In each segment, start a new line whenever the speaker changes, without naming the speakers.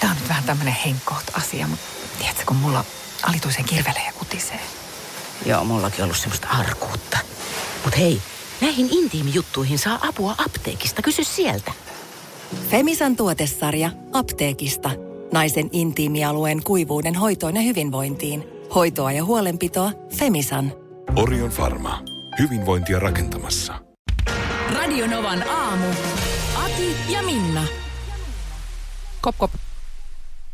Tämä on nyt vähän tämmöinen henkkoht asia, mutta tiedätkö, kun mulla alituisen kirvelee ja kutisee.
Joo, mullakin ollut semmoista arkuutta. Mut hei, näihin intiimijuttuihin saa apua apteekista. Kysy sieltä.
Femisan tuotesarja apteekista. Naisen intiimialueen kuivuuden hoitoon ja hyvinvointiin. Hoitoa ja huolenpitoa Femisan.
Orion Pharma. Hyvinvointia rakentamassa.
Radionovan aamu. Ati ja Minna.
Kop, kop,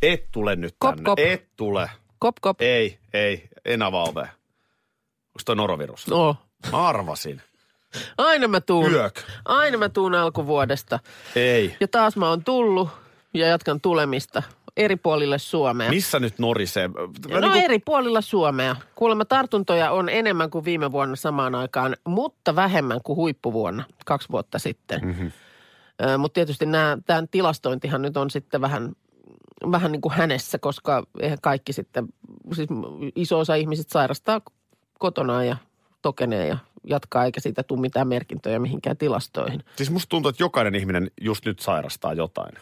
Et tule nyt
Kop,
tänne.
kop.
Et tule.
kop, kop.
Ei, ei, en avaa ovea. Onko toi norovirus?
No,
Mä arvasin.
aina mä tuun.
Yök.
Aina mä tuun alkuvuodesta.
Ei.
Ja taas mä oon tullut ja jatkan tulemista eri puolille Suomea.
Missä nyt norisee? Mä
No
niinku-
eri puolilla Suomea. Kuulemma tartuntoja on enemmän kuin viime vuonna samaan aikaan, mutta vähemmän kuin huippuvuonna kaksi vuotta sitten. Mm-hmm. Mutta tietysti tämän tilastointihan nyt on sitten vähän, vähän niin kuin hänessä, koska eihän kaikki sitten, siis iso osa ihmiset sairastaa kotonaan ja tokenee ja jatkaa, eikä siitä tule mitään merkintöjä mihinkään tilastoihin.
Siis musta tuntuu, että jokainen ihminen just nyt sairastaa jotain.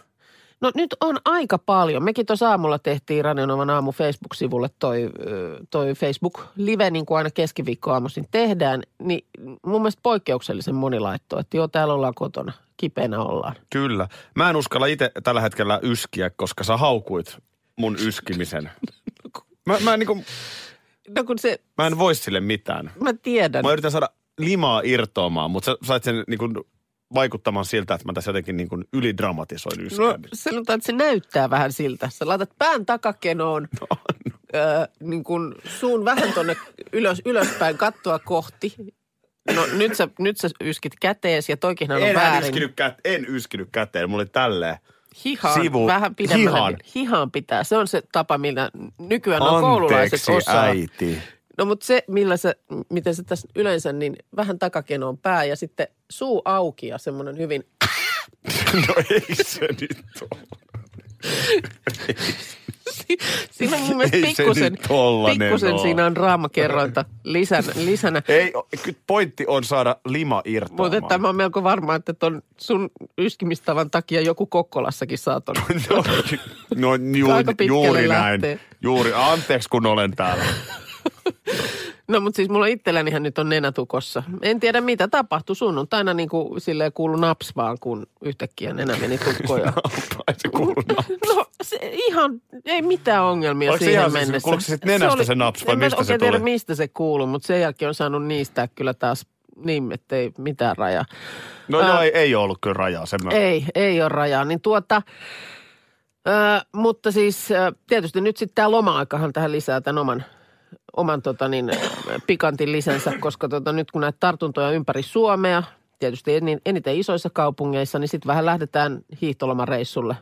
No nyt on aika paljon. Mekin tuossa aamulla tehtiin Radionovan aamu Facebook-sivulle toi, ö, toi Facebook-live, niin kuin aina keskiviikkoaamuisin tehdään. Niin mun mielestä poikkeuksellisen moni laittoi, että joo, täällä ollaan kotona, kipeänä ollaan.
Kyllä. Mä en uskalla itse tällä hetkellä yskiä, koska sä haukuit mun yskimisen. Mä, mä, en, niinku,
No kun se,
mä en voi sille mitään.
mä tiedän.
Mä yritän saada limaa irtoamaan, mutta sä sait sen niinku vaikuttamaan siltä, että mä tässä jotenkin niinku ylidramatisoin
No
yskään.
sanotaan, että se näyttää vähän siltä. Sä laitat pään takakenoon, no, Ö, niin kun suun vähän tonne ylös, ylöspäin kattoa kohti. No nyt sä, nyt sä yskit kätees ja toikin on
en,
väärin.
yskinyt kä- en yskinyt käteen, mulla oli tälleen.
Hihaan,
Sivu-
Sivu. vähän pidemmälle.
hihaan.
Hihaan. hihaan pitää. Se on se tapa, millä nykyään on koululaiset osaa.
äiti.
No mutta se, millä sä, miten sä tässä yleensä, niin vähän takakenoon pää ja sitten suu auki ja semmoinen hyvin,
No ei se nyt ole.
siinä on mun mielestä
Ei se
pikkusen,
nyt tollanen
pikkusen
oo.
siinä on draamakerrointa lisänä. lisänä.
Ei, o- kyllä pointti on saada lima irtoamaan.
Mutta tämä on melko varma, että ton sun yskimistavan takia joku Kokkolassakin saa ton.
No, no ju,
Aika pitkälle
juuri näin.
lähtee.
Juuri, anteeksi kun olen täällä.
No mutta siis mulla itsellänihän nyt on nenätukossa. En tiedä mitä tapahtui sunnuntaina niin kuin silleen kuulu naps vaan, kun yhtäkkiä nenä meni tukkoon. ja-
Ai se kuuluu.
No se ihan, ei mitään ongelmia
Oliko se
siihen
ihan siis-
mennessä.
kuuluuko se sit nenästä se naps vai
en mä
mistä se
oikein tiedä,
tuli?
mistä se kuuluu, mutta sen jälkeen on saanut niistä kyllä taas niin, ettei mitään rajaa.
No joo, ei, ei ollut kyllä rajaa. Sen mä...
Ei, ei ole rajaa. Niin tuota, ö, mutta siis ö, tietysti nyt sitten tämä loma-aikahan tähän lisää tämän oman, oman tota niin, ö, pikantin lisänsä, koska tota, nyt kun näitä tartuntoja on ympäri Suomea, tietysti en, eniten isoissa kaupungeissa, niin sitten vähän lähdetään hiihtolomareissulle.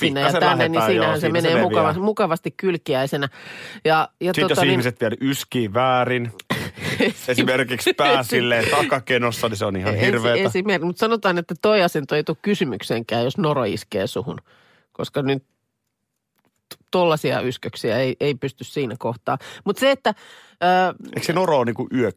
Sinne ja
Pikkasen
tänne, niin
lähdetään,
siinähän
joo,
se
siinä se
menee
leviää.
mukavasti, mukavasti kylkiäisenä. Ja, ja
Sitten jos
niin,
ihmiset vielä yskii väärin, esimerkiksi pää silleen takakenossa, niin se on ihan
Ensi,
hirveetä.
esimerkki, mutta sanotaan, että toi asento ei tule kysymykseenkään, jos noro iskee suhun, koska nyt tollaisia ysköksiä ei, ei pysty siinä kohtaa. Mutta se, että ö,
Eikö se noro ole niinku yök?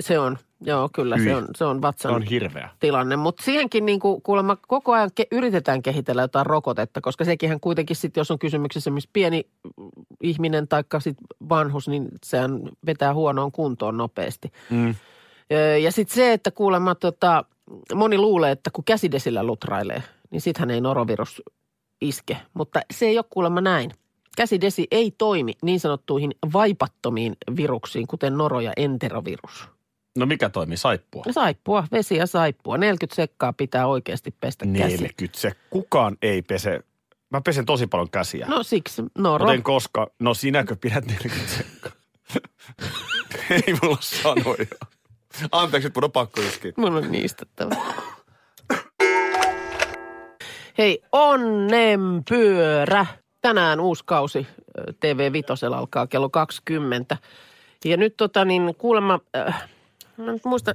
se on, joo kyllä,
Hyi.
se on, se on
Se
vatsan
on hirveä.
tilanne, mutta siihenkin niin kuin kuulemma koko ajan ke- yritetään kehitellä jotain rokotetta, koska sekinhän kuitenkin sitten, jos on kysymyksessä esimerkiksi pieni mm, ihminen tai sitten vanhus, niin sehän vetää huonoon kuntoon nopeasti.
Mm.
Öö, Ja sitten se, että kuulemma tota, moni luulee, että kun käsidesillä lutrailee, niin sittenhän ei norovirus iske, mutta se ei ole kuulemma näin. Käsidesi ei toimi niin sanottuihin vaipattomiin viruksiin, kuten noro ja enterovirus.
No mikä toimii? Saippua.
No Saippua, vesi ja saippua. 40 sekkaa pitää oikeasti pestä käsi.
40. Se kukaan ei pese. Mä pesen tosi paljon käsiä.
No siksi, noro.
Mutta en koska, no sinäkö pidät 40 sekkaa? Ei mulla ole sanoja. Anteeksi, nyt mun on pakko iskiä.
Mun on niistettävä. Hei, onnen pyörä. Tänään uusi kausi ö, TV Vitosella alkaa kello 20. Ja nyt tota niin kuulemma, äh, mä nyt muista,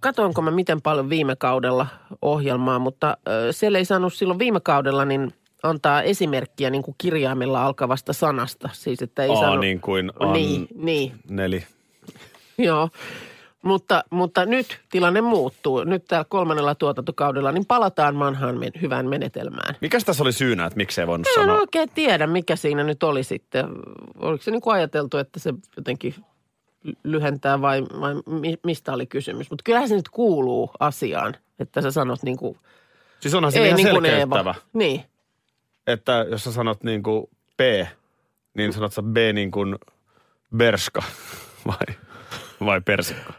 katoinko mä miten paljon viime kaudella ohjelmaa, mutta äh, siellä ei saanut silloin viime kaudella niin antaa esimerkkiä niin kuin kirjaimella alkavasta sanasta. Siis että ei
Aa,
saanut...
niin kuin
Niin, niin,
Neli.
joo. Mutta, mutta nyt tilanne muuttuu. Nyt täällä kolmannella tuotantokaudella niin palataan vanhaan men- hyvään menetelmään.
Mikäs tässä oli syynä, että miksei voinut
Mä en
sanoa?
oikein tiedä, mikä siinä nyt oli sitten. Oliko se niin kuin ajateltu, että se jotenkin lyhentää vai, vai mi- mistä oli kysymys? Mutta kyllähän se nyt kuuluu asiaan, että sä sanot niin kuin,
Siis onhan se ihan
niin kuin
selkeyttävä,
Niin,
että jos sä sanot niin kuin P, niin sanot sä B niin kuin Berska vai, vai Persikko.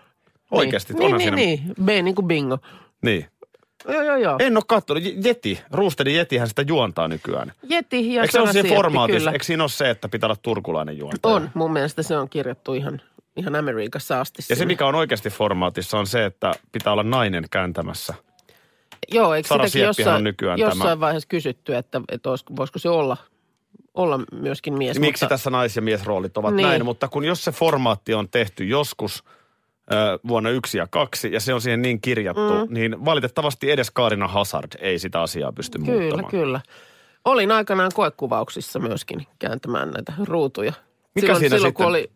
Oikeasti,
niin,
onhan
niin,
siinä.
niin, B niin kuin bingo.
niin.
Joo, joo, joo.
En ole katsonut. Je- Jeti, Roosteri Jetihän sitä juontaa nykyään.
Jeti ja
Eikö se ole siinä
Sarasietti,
formaatissa?
kyllä.
Eikö siinä ole se, että pitää olla turkulainen juontaja?
On, mun mielestä se on kirjattu ihan, ihan Amerikassa asti.
Ja se, niinku
sinne.
mikä on oikeasti formaatissa, on se, että pitää olla nainen kääntämässä.
Joo, eikö
Sara
sitäkin
Sieppihän on
jossain,
nykyään
jossain
tämä-
vaiheessa kysytty, että, että olisiko, voisiko se olla, olla myöskin mies.
Miksi
mutta,
tässä nais- ja miesroolit ovat
Niin.
näin? Mutta kun jos se formaatti on tehty joskus ö, vuonna yksi ja kaksi, ja se on siihen niin kirjattu, mm. niin valitettavasti edes Kaarina Hazard ei sitä asiaa pysty
Kyllä,
muuttamaan.
kyllä. Olin aikanaan koekuvauksissa myöskin kääntämään näitä ruutuja.
Mikä
silloin,
siinä
silloin, kun
sitten-
oli,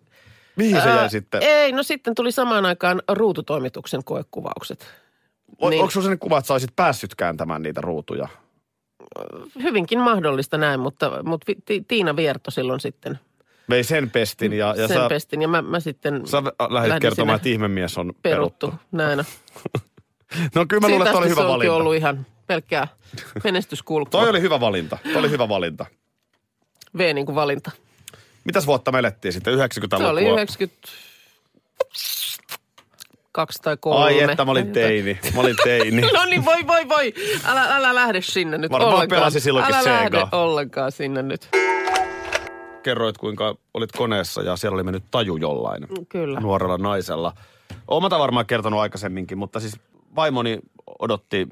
Mihin se
Ää,
jäi sitten?
Ei, no sitten tuli samaan aikaan ruututoimituksen koekuvaukset.
O-
niin.
Onko sinulla sellainen kuva, että sä olisit päässyt kääntämään niitä ruutuja?
Hyvinkin mahdollista näin, mutta, mutta vi- Ti- Tiina Vierto silloin sitten
Vei sen pestin Niin, ja, ja
sen
sä,
pestin ja mä, mä sitten
sä
lähdin
lähdit kertomaan,
sinne
että ihmemies on peruttu.
peruttu. Näin.
No kyllä mä luulen, että
Siitä
toi oli
asti se
hyvä
onkin
valinta.
ollut ihan pelkkää menestyskulkua.
Toi oli hyvä valinta. Toi oli hyvä valinta.
V niin kuin valinta.
Mitäs vuotta me elettiin sitten? 90-lukua?
Se oli 92 tai 3.
Ai että mä olin teini. Mä olin teini.
No niin, voi voi voi. Älä, älä lähde sinne nyt
Varmaan
ollenkaan.
pelasi silloinkin
älä lähde
Segaa.
ollenkaan sinne nyt.
Kerroit, kuinka olit koneessa ja siellä oli mennyt taju jollain
Kyllä.
nuorella naisella. Oon mä tämän varmaan kertonut aikaisemminkin, mutta siis vaimoni odotti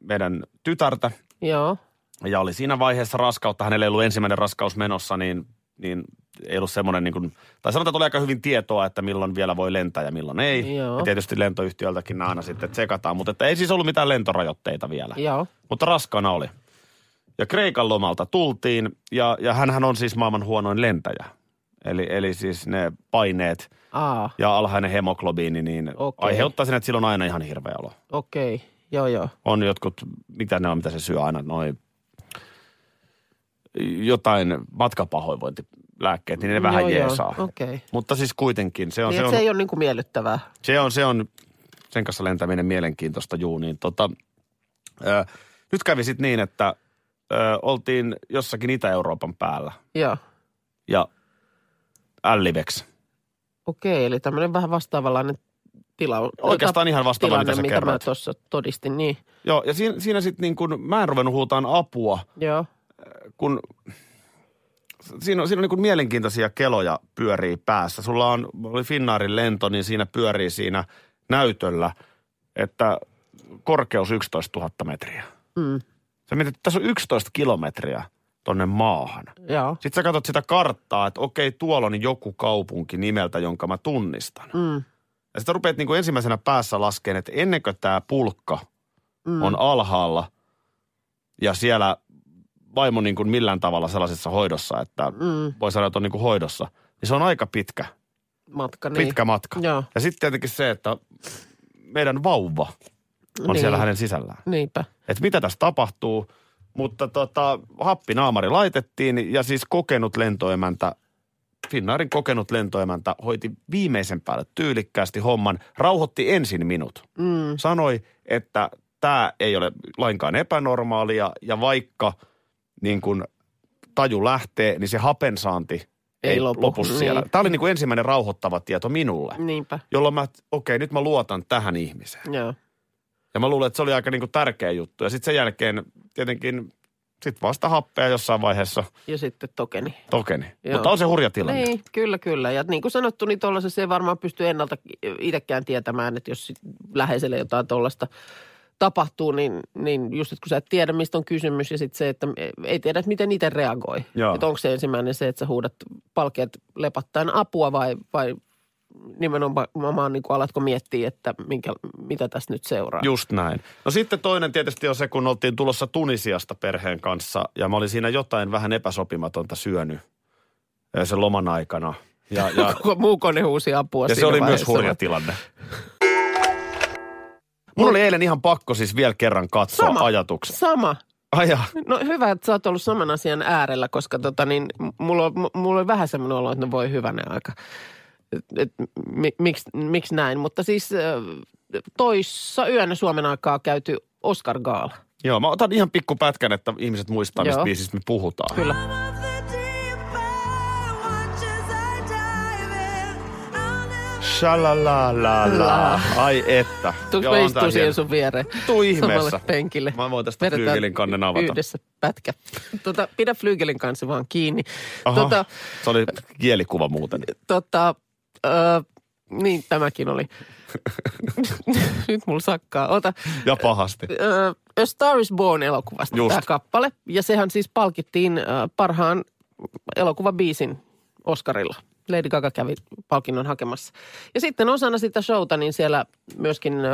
meidän tytärtä
Joo.
ja oli siinä vaiheessa raskautta. Hänellä ei ollut ensimmäinen raskaus menossa, niin, niin ei ollut semmoinen, niin kuin, tai sanotaan, että oli aika hyvin tietoa, että milloin vielä voi lentää ja milloin ei.
Joo.
Ja tietysti lentoyhtiöltäkin nämä aina sitten tsekataan, mutta että ei siis ollut mitään lentorajoitteita vielä.
Joo.
Mutta raskaana oli. Ja Kreikan lomalta tultiin, ja, ja hänhän on siis maailman huonoin lentäjä. Eli, eli siis ne paineet
Aa,
ja alhainen hemoglobiini, niin
Okei.
okay. aiheuttaa sen, että sillä on aina ihan hirveä olo.
okei. Okay. Joo, joo.
On jotkut, mitä ne on, mitä se syö aina, noin jotain matkapahoinvointilääkkeet, niin ne vähän
Mm, joo,
jeesaa.
Joo. Okei. Okay.
Mutta siis kuitenkin, se on,
Niin,
se
et
on,
se ei ole niin kuin miellyttävää.
se on, se on sen kanssa lentäminen mielenkiintoista juu, niin tota, ö, nyt kävi sitten niin, että ö, oltiin jossakin Itä-Euroopan päällä
Joo.
ja älliveks.
Okei, okay, eli tämmöinen vähän vastaavanlainen tila.
Oikeastaan ihan vastaava,
tilanne,
mitä sä
minkä mä
kerroit.
tuossa todistin, niin.
Joo, ja siinä, siinä sitten niin kun, mä en ruvennut huutaan apua,
Joo.
kun siinä on, siinä on niin kuin mielenkiintoisia keloja pyörii päässä. Sulla on, oli Finnaarin lento, niin siinä pyörii siinä näytöllä, että korkeus 11 000 metriä.
Mm.
Sä mietit, että tässä on 11 kilometriä tonne maahan.
Joo.
Sitten sä katsot sitä karttaa, että okei, tuolla on joku kaupunki nimeltä, jonka mä tunnistan.
Mm.
Ja sitten rupeat niin kuin ensimmäisenä päässä laskeen, että ennen kuin tämä pulkka mm. on alhaalla ja siellä vaimo niin kuin millään tavalla sellaisessa hoidossa, että
Mm.
voi sanoa, että on niin kuin hoidossa, niin se on aika pitkä,
Matka, niin.
niin. pitkä matka.
Joo.
Ja sitten tietenkin se, että meidän vauva on
Niin.
niin. siellä hänen sisällään.
Niinpä.
Että mitä tässä tapahtuu, mutta tota, happinaamari laitettiin ja siis kokenut lentoemäntä, Finnaarin kokenut lentoemäntä hoiti viimeisen päälle tyylikkäästi homman, rauhoitti ensin minut
Mm.
sanoi, että tämä ei ole lainkaan epänormaalia ja vaikka niin kun taju lähtee, niin se hapensaanti ei,
Ei lopu,
lopu, lopu siellä.
niin.
Tämä oli niin kuin ensimmäinen rauhoittava tieto minulle,
Niinpä.
jolloin mä, okei, nyt mä luotan tähän ihmiseen.
Joo.
Ja mä luulen, että se oli aika niin kuin tärkeä juttu. Ja sitten sen jälkeen tietenkin sit vasta happea jossain vaiheessa
Ja sitten tokeni.
tokeni.
Joo.
Joo. Mutta on se hurja tilanne.
Niin, kyllä, kyllä. Ja niin kuin sanottu, niin tuollaisessa ei varmaan pysty ennalta itsekään tietämään, että jos sit läheiselle jotain tuollaista tapahtuu, niin, niin just, että kun sä et tiedä, mistä on kysymys, ja sitten se, että e, ei tiedä, että miten niitä reagoi.
Joo.
Että onko se ensimmäinen se, että sä huudat palkeet lepattaen apua vai, vai nimenomaan niin kuin alatko miettiä, että minkä, mitä tässä nyt seuraa.
Just näin. No sitten toinen tietysti on se, kun oltiin tulossa Tunisiasta perheen kanssa ja mä olin siinä jotain vähän epäsopimatonta syönyt eh, sen loman aikana. Ja, ja,
Koko muu kone huusi apua
ja se
siinä
oli myös
vaiheessa.
hurja tilanne. Mulla oli eilen ihan pakko siis vielä kerran katsoa
Sama.
ajatuksen.
Sama.
Aja.
No hyvä, että sä oot ollut saman asian äärellä, koska tota, niin, m- mulla, on- m- mulla on vähän semmoinen olo, että no voi hyvänen aika. Et, et, mi, miksi, miksi näin? Mutta siis äh, toissa yönä Suomen aikaa käyty Oscar Gaala.
Joo, mä otan ihan pikku pätkän, että ihmiset muistaa, mistä
Joo.
biisistä me puhutaan.
Kyllä.
Shalalala. Ai että.
Tuliko
Joo,
mä
on tää
istua siihen
hieno.
sun viereen?
Tuu ihmeessä.
Samalle penkille.
Mä voin tästä
Vedetään
flyygelin kannen avata.
Yhdessä pätkä. Tota, pidä flyygelin kanssa vaan kiinni.
Aha,
Tota,
Se oli kielikuva muuten.
tota, ö, niin tämäkin oli. Nyt mulla sakkaa. Ota.
Ja pahasti.
Ö, A Star is Born elokuvasta
Just.
tämä kappale. Ja sehän siis palkittiin ö, parhaan elokuvabiisin Oscarilla. Lady Gaga kävi palkinnon hakemassa. Ja sitten osana sitä showta, niin siellä myöskin ö,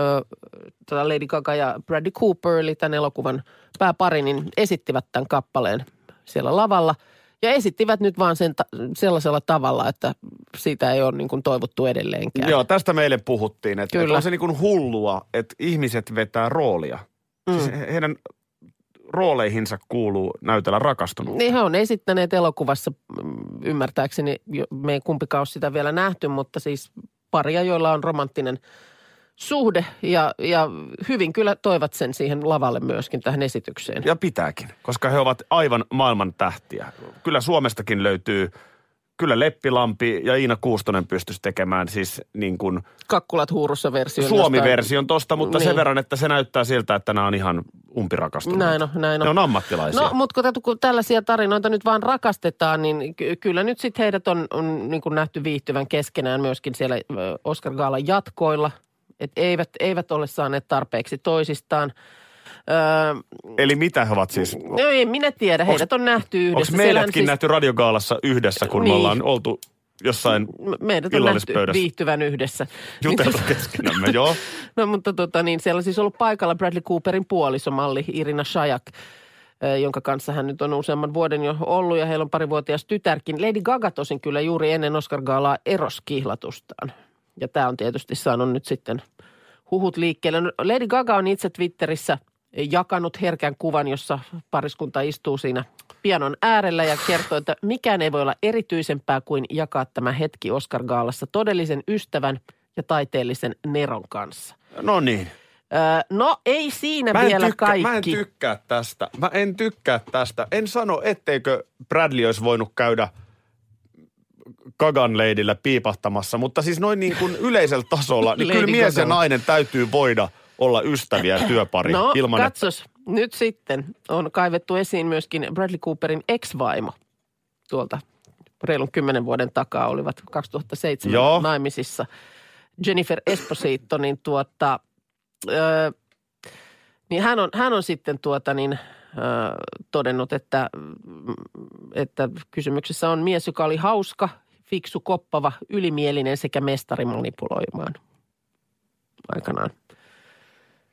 tota Lady Gaga ja Bradley Cooper, eli tämän elokuvan pääpari, niin esittivät tämän kappaleen siellä lavalla. Ja esittivät nyt vaan sen ta- sellaisella tavalla, että siitä ei ole niin kuin toivottu edelleenkään.
Joo, tästä meille puhuttiin, että,
Kyllä.
että on se niin kuin hullua, että ihmiset vetää roolia. Mm. Siis he- heidän rooleihinsa kuuluu näytellä rakastunut.
Niin he on esittäneet elokuvassa, mm, ymmärtääkseni, jo- me ei kumpikaan ole sitä vielä nähty, mutta siis paria, joilla on romanttinen suhde ja, ja hyvin kyllä toivat sen siihen lavalle myöskin tähän esitykseen.
Ja pitääkin, koska he ovat aivan maailman tähtiä. Kyllä Suomestakin löytyy, kyllä Leppilampi ja Iina Kuustonen pystyisi tekemään siis niin kuin
Kakkulat huurussa versio.
Suomi-version tosta, mutta niin. sen
Niin.
verran, että se näyttää siltä, että nämä on ihan umpirakastuneet.
Näin on, näin on.
Ne on ammattilaisia.
No, mutta kun, tätä- kun tällaisia tarinoita nyt vaan rakastetaan, niin ky- kyllä nyt sitten heidät on, on niin kuin nähty viihtyvän keskenään myöskin siellä ö, Oscar Gaalan jatkoilla. Että eivät, eivät ole saaneet tarpeeksi toisistaan. Öö,
Eli mitä he ovat siis?
No ei minä tiedä, heidät on nähty yhdessä.
Onko
Siellähän
meidätkin siis... nähty radiogaalassa yhdessä, kun niin.
Niin.
me ollaan oltu jossain
m- siis Meidät on nähty
illallispöydässä?
viihtyvän yhdessä.
jutella
Niin,
keskenämme, joo.
no mutta tota niin, siellä on siis ollut paikalla Bradley Cooperin puolisomalli Irina Shajak, eh, jonka kanssa hän nyt on useamman vuoden jo ollut ja heillä on parivuotias tytärkin. Lady Gaga tosin kyllä juuri ennen Oscar Gaalaa eroskihlatustaan. Ja tämä on tietysti saanut nyt sitten huhut liikkeelle. No, Lady Gaga on itse Twitterissä jakanut herkän kuvan, jossa pariskunta istuu siinä pianon äärellä ja kertoo, että mikään ei voi olla erityisempää kuin jakaa tämä hetki Oscar Gaalassa todellisen ystävän ja taiteellisen Neron kanssa.
No niin.
Öö, no ei siinä
Mä en,
vielä
tykkä,
kaikki.
mä en tykkää tästä. Mä en tykkää tästä. En sano, etteikö Bradley olisi voinut käydä Kagan leidillä piipahtamassa, mutta siis noin niin kuin yleisellä tasolla, niin
Lady
kyllä mies ja
Gagalla.
nainen täytyy voida olla ystäviä ja työpari
no
ilman, että
katsos, nyt sitten on kaivettu esiin myöskin Bradley Cooperin ex-vaimo tuolta reilun kymmenen vuoden takaa olivat 2007
Joo.
naimisissa. Jennifer Esposito, niin tuota, öö, niin hän on, hän on sitten tuota niin, öö, todennut, että, mm, että kysymyksessä on mies, joka oli hauska, fiksu, koppava, ylimielinen sekä mestari manipuloimaan aikanaan.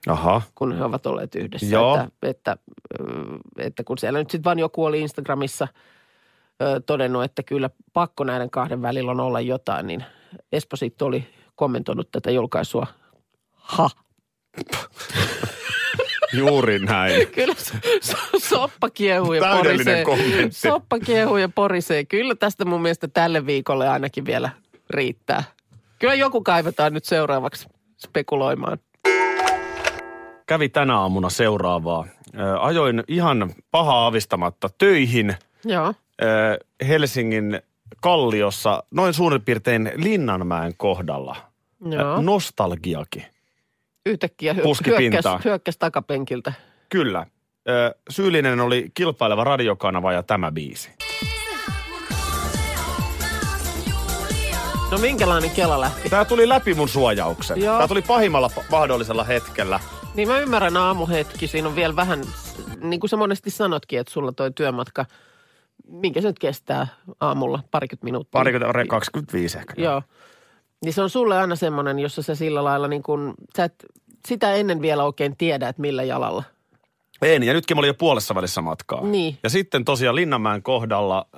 Aha.
kun he ovat olleet yhdessä.
Joo.
Että, että, ö, että kun siellä nyt sitten vaan joku oli Instagramissa ö, todennut, että kyllä pakko näiden kahden välillä on olla jotain, niin Esposito oli kommentoinut tätä julkaisua. Ha!
Juuri näin.
Kyllä so, so, soppa kiehuu ja
Täydellinen
porisee.
kommentti.
Soppa kiehuu ja porisee. Kyllä tästä mun mielestä tälle viikolle ainakin vielä riittää. Kyllä joku kaivetaan nyt seuraavaksi spekuloimaan.
Kävi tänä aamuna seuraavaa. Ö, ajoin ihan pahaa avistamatta töihin –
Joo.
ö, Helsingin Kalliossa, noin suurin piirtein Linnanmäen kohdalla.
Joo.
Ö, Nostalgiakin.
Yhtäkkiä
Puski
hyö- hyökkäs,
pintaan.
hyökkäs takapenkiltä.
Kyllä. Ö, Syyllinen oli kilpaileva radiokanava ja tämä biisi.
No minkälainen Kela lähti?
Tämä tuli läpi mun suojauksen.
Joo.
Tämä tuli pahimmalla pa- mahdollisella hetkellä.
Niin mä ymmärrän aamuhetki, siinä on vielä vähän, niin kuin sä monesti sanotkin, että sulla toi työmatka, minkä se nyt kestää aamulla, parikymmentä minuuttia.
Parikymmentä, 25 ehkä.
Joo. Niin se on sulle aina semmoinen, jossa sä sillä lailla niin kuin, sä et sitä ennen vielä oikein tiedä, että millä jalalla.
En, ja nytkin mä olin jo puolessa välissä matkaa.
Niin.
Ja sitten tosiaan Linnanmäen kohdalla ö,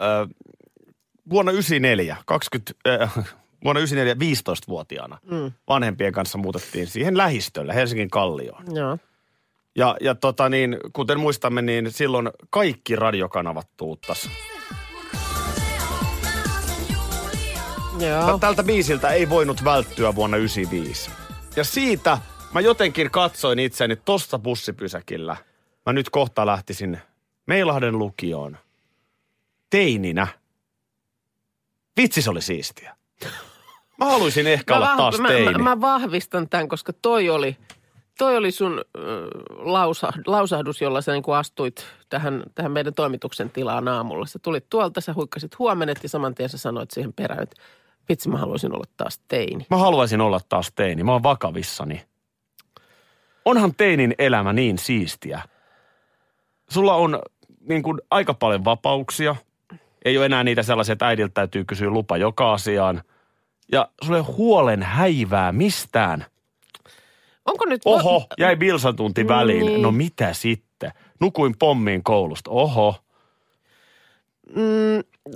vuonna 94, 20, ö, vuonna 1994 15-vuotiaana mm. vanhempien kanssa muutettiin siihen lähistölle, Helsingin Kallioon.
Joo.
Ja, ja tota niin, kuten muistamme, niin silloin kaikki radiokanavat tuuttas.
Joo.
Tältä biisiltä ei voinut välttyä vuonna 95. Ja siitä mä jotenkin katsoin itseäni tosta bussipysäkillä. Mä nyt kohta lähtisin Meilahden lukioon teininä. Vitsi, se oli siistiä. Mä haluaisin ehkä olla
vah-
taas
mä,
teini.
mä, mä vahvistan tämän, koska toi oli, toi oli sun äh, lausa, lausahdus, jolla sä niin kuin astuit tähän, tähän meidän toimituksen tilaan aamulla. Sä tulit tuolta, sä huikkasit huomenet ja saman tien sä sanoit siihen perään, että vitsi mä haluaisin olla taas teini.
Mä haluaisin olla taas teini. Mä oon vakavissani. Onhan teinin elämä niin siistiä. Sulla on niin kuin aika paljon vapauksia. Ei ole enää niitä sellaisia, että äidiltä täytyy kysyä lupa joka asiaan. Ja sulle huolen häivää mistään.
Onko nyt...
Oho, jäi bilsan tunti väliin.
Niin.
No mitä sitten? Nukuin pommiin koulusta. Oho.
Mm,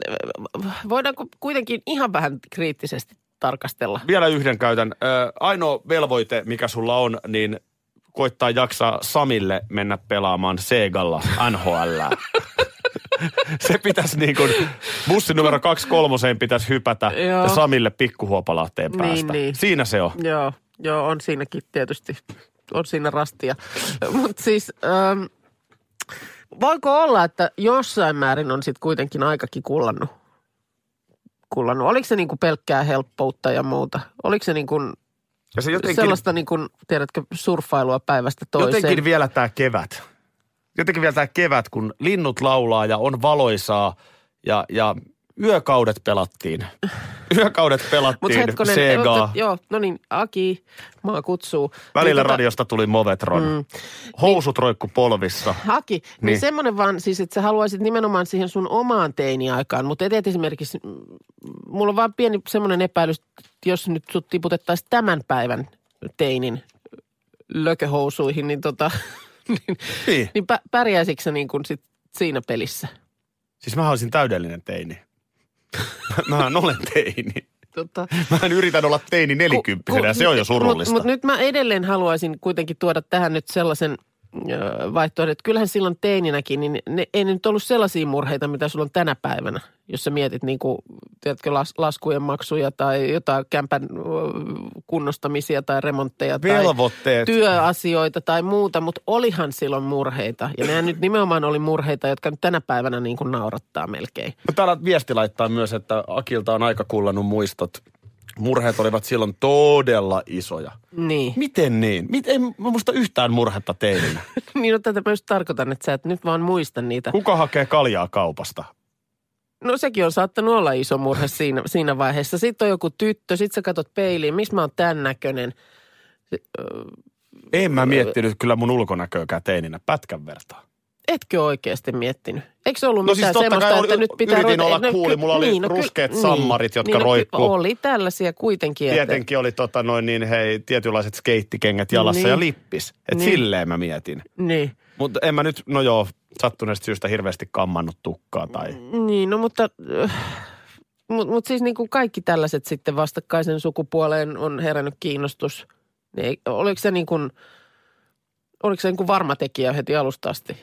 voidaanko kuitenkin ihan vähän kriittisesti tarkastella?
Vielä yhden käytän. Ö, ainoa velvoite, mikä sulla on, niin koittaa jaksaa Samille mennä pelaamaan Segalla NHL. Se pitäisi niin kuin, bussi numero 23 pitäisi hypätä
Joo.
ja Samille pikkuhuopalahteen
Niin,
päästä.
niin.
Siinä se on.
Joo, joo, on siinäkin tietysti, on siinä rastia. Mutta siis, äm, voiko olla, että jossain määrin on sitten kuitenkin aikakin kullannut? kullannut. Oliko se niinku pelkkää helppoutta ja muuta? Oliko se niinku
Ja se
sellaista, niinku, tiedätkö, surffailua päivästä toiseen?
Jotenkin vielä tämä kevät. Jotenkin vielä tämä kevät, kun linnut laulaa ja on valoisaa ja, ja yökaudet pelattiin. Yökaudet
Mut
pelattiin
hetkonen,
Segaa.
ota- joo, no niin, Aki, maa kutsuu.
Välillä
Niin tota-
radiosta tuli Movetron. Mm. Housut roikku polvissa.
Haki. Niin, niin
Niin.
semmoinen vaan siis, että sä haluaisit nimenomaan siihen sun omaan teiniaikaan, mutta et, et esimerkiksi, mm, mulla on vaan pieni semmoinen epäilys, että jos nyt sut tiputettaisiin tämän päivän teinin lököhousuihin, niin tota, niin,
Niin.
niin pä, pärjäisikö sä niin kuin sit siinä pelissä?
Siis mä olisin täydellinen teini. Mä olen teini.
Tota,
Mä yritän olla teini nelikymppisenä ja se on jo surullista.
Mutta mut nyt mä edelleen haluaisin kuitenkin tuoda tähän nyt sellaisen ö, vaihtoehdon, että kyllähän silloin teininäkin, niin ne, ei ne nyt ollut sellaisia murheita, mitä sulla on tänä päivänä, jos sä mietit niin kuin, tiedätkö, las, laskujen maksuja tai jotain kämpän ö, kunnostamisia tai remontteja tai
Velvoitteet.
työasioita tai muuta, mutta olihan silloin murheita. Ja nämä nyt nimenomaan oli murheita, jotka nyt tänä päivänä niin kuin naurattaa melkein.
No Täällä viesti laittaa myös, että Akilta on aika kullannut muistot. Murheet olivat silloin todella isoja.
Niin.
Miten niin? Miten, en mä muista yhtään murhetta teininä.
niin no, tätä mä just tarkoitan, että sä et nyt vaan muista niitä.
Kuka hakee kaljaa kaupasta?
No sekin on saattanut olla iso murhe siinä, siinä vaiheessa. Sitten on joku tyttö, sit sä katot peiliin, missä mä oon tämän näköinen.
En mä miettinyt kyllä mun ulkonäköäkään teininä pätkän vertaa.
Etkö oikeasti miettinyt? Eikö se ollut
No siis
mitään
totta kai
semmoista,
oli-
että nyt pitää...
yritin
ruveta- No,
olla
ky- niin,
cooli. Mulla oli
ky-
ruskeat sammarit, jotka
niin,
roikkuu.
No, ky- oli tällaisia kuitenkin. että-
Tietenkin oli tota noin niin hei, tietynlaiset skeittikengät jalassa
Niin.
ja lippis. Et
Niin.
silleen mä mietin.
Niin.
Mutta en mä nyt, no joo, sattuneesta syystä hirveästi kammannut tukkaa tai...
Niin, no mutta... Mutta mut siis niin kuin kaikki tällaiset sitten vastakkaisen sukupuoleen on herännyt kiinnostus. Niin ei- Oliko se niin kuin, oliko se niin kuin varma tekijä heti alusta asti?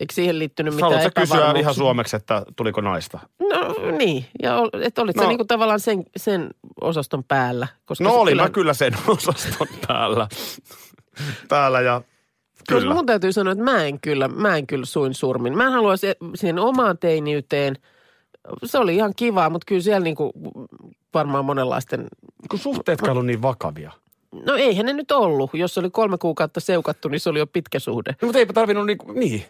Eikö siihen liittynyt mitään
Haluatko sä kysyä
epävarmuuksia?
ihan suomeksi, että tuliko naista?
No niin, ja ol- että olit no. sä
No.
niinku tavallaan sen, sen osaston päällä. Koska
No
se
olin
kyllä,
mä kyllä sen osaston päällä. Täällä ja...
Kyllä.
Kyllä. no,
Mun täytyy sanoa, että mä en kyllä, mä en kyllä suin surmin. Mä en halua se, siihen omaan teiniyteen. Se oli ihan kivaa, mutta kyllä siellä niinku varmaan monenlaisten...
Kun suhteetkaan ollut niin vakavia.
No eihän ne nyt ollut. Jos oli kolme kuukautta seukattu, niin se oli jo pitkä suhde.
No, mutta eipä tarvinnut niinku, niin.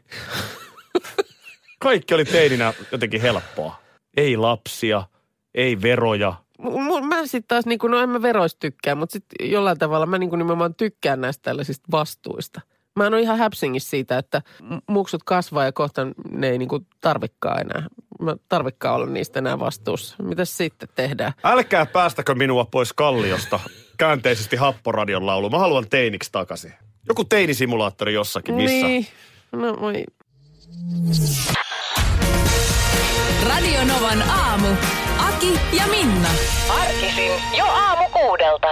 Kaikki oli teininä jotenkin helppoa. Ei lapsia, ei veroja.
M- m- mä sitten taas, niinku, no en mä veroista tykkää, mutta sitten jollain tavalla mä niinku nimenomaan tykkään näistä tällaisista vastuista. Mä oon ihan häpsingissä siitä, että m- muksut kasvaa ja kohta ne ei niinku tarvikkaa enää. Mä tarvikkaa olla niistä enää vastuussa. Mitäs sitten tehdään?
Älkää päästäkö minua pois kalliosta. Käänteisesti happoradion laulu. Mä haluan teiniksi takaisin. Joku teinisimulaattori jossakin, missä?
Niin, no voi.
Radio Novan aamu. Aki ja Minna.
Arkisin jo aamu kuudelta.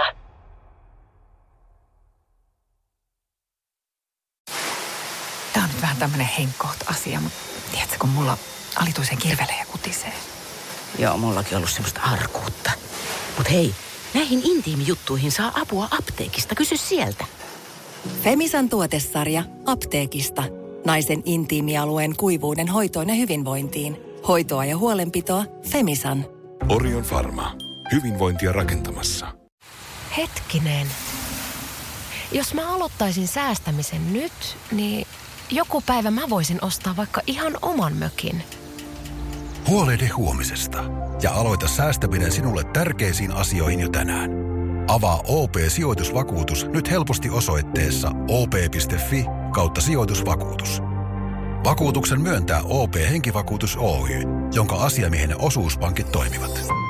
Tämä on nyt vähän tämmöinen henkkoht asia, mutta tiedätkö, kun mulla alituisen kirvelee ja kutisee.
Joo, mullakin ollut semmoista arkuutta. Mut hei, näihin intiimijuttuihin saa apua apteekista. Kysy sieltä.
Femisan tuotesarja apteekista. Naisen intiimialueen kuivuuden hoitoon ja hyvinvointiin. Hoitoa ja huolenpitoa Femisan.
Orion Pharma. Hyvinvointia rakentamassa.
Hetkinen. Jos mä aloittaisin säästämisen nyt, niin joku päivä mä voisin ostaa vaikka ihan oman mökin.
Huolehdi huomisesta ja aloita säästäminen sinulle tärkeisiin asioihin jo tänään. Avaa OP-sijoitusvakuutus nyt helposti osoitteessa op.fi kautta sijoitusvakuutus. Vakuutuksen myöntää OP-henkivakuutus Oy, jonka asiamiehen osuuspankit toimivat.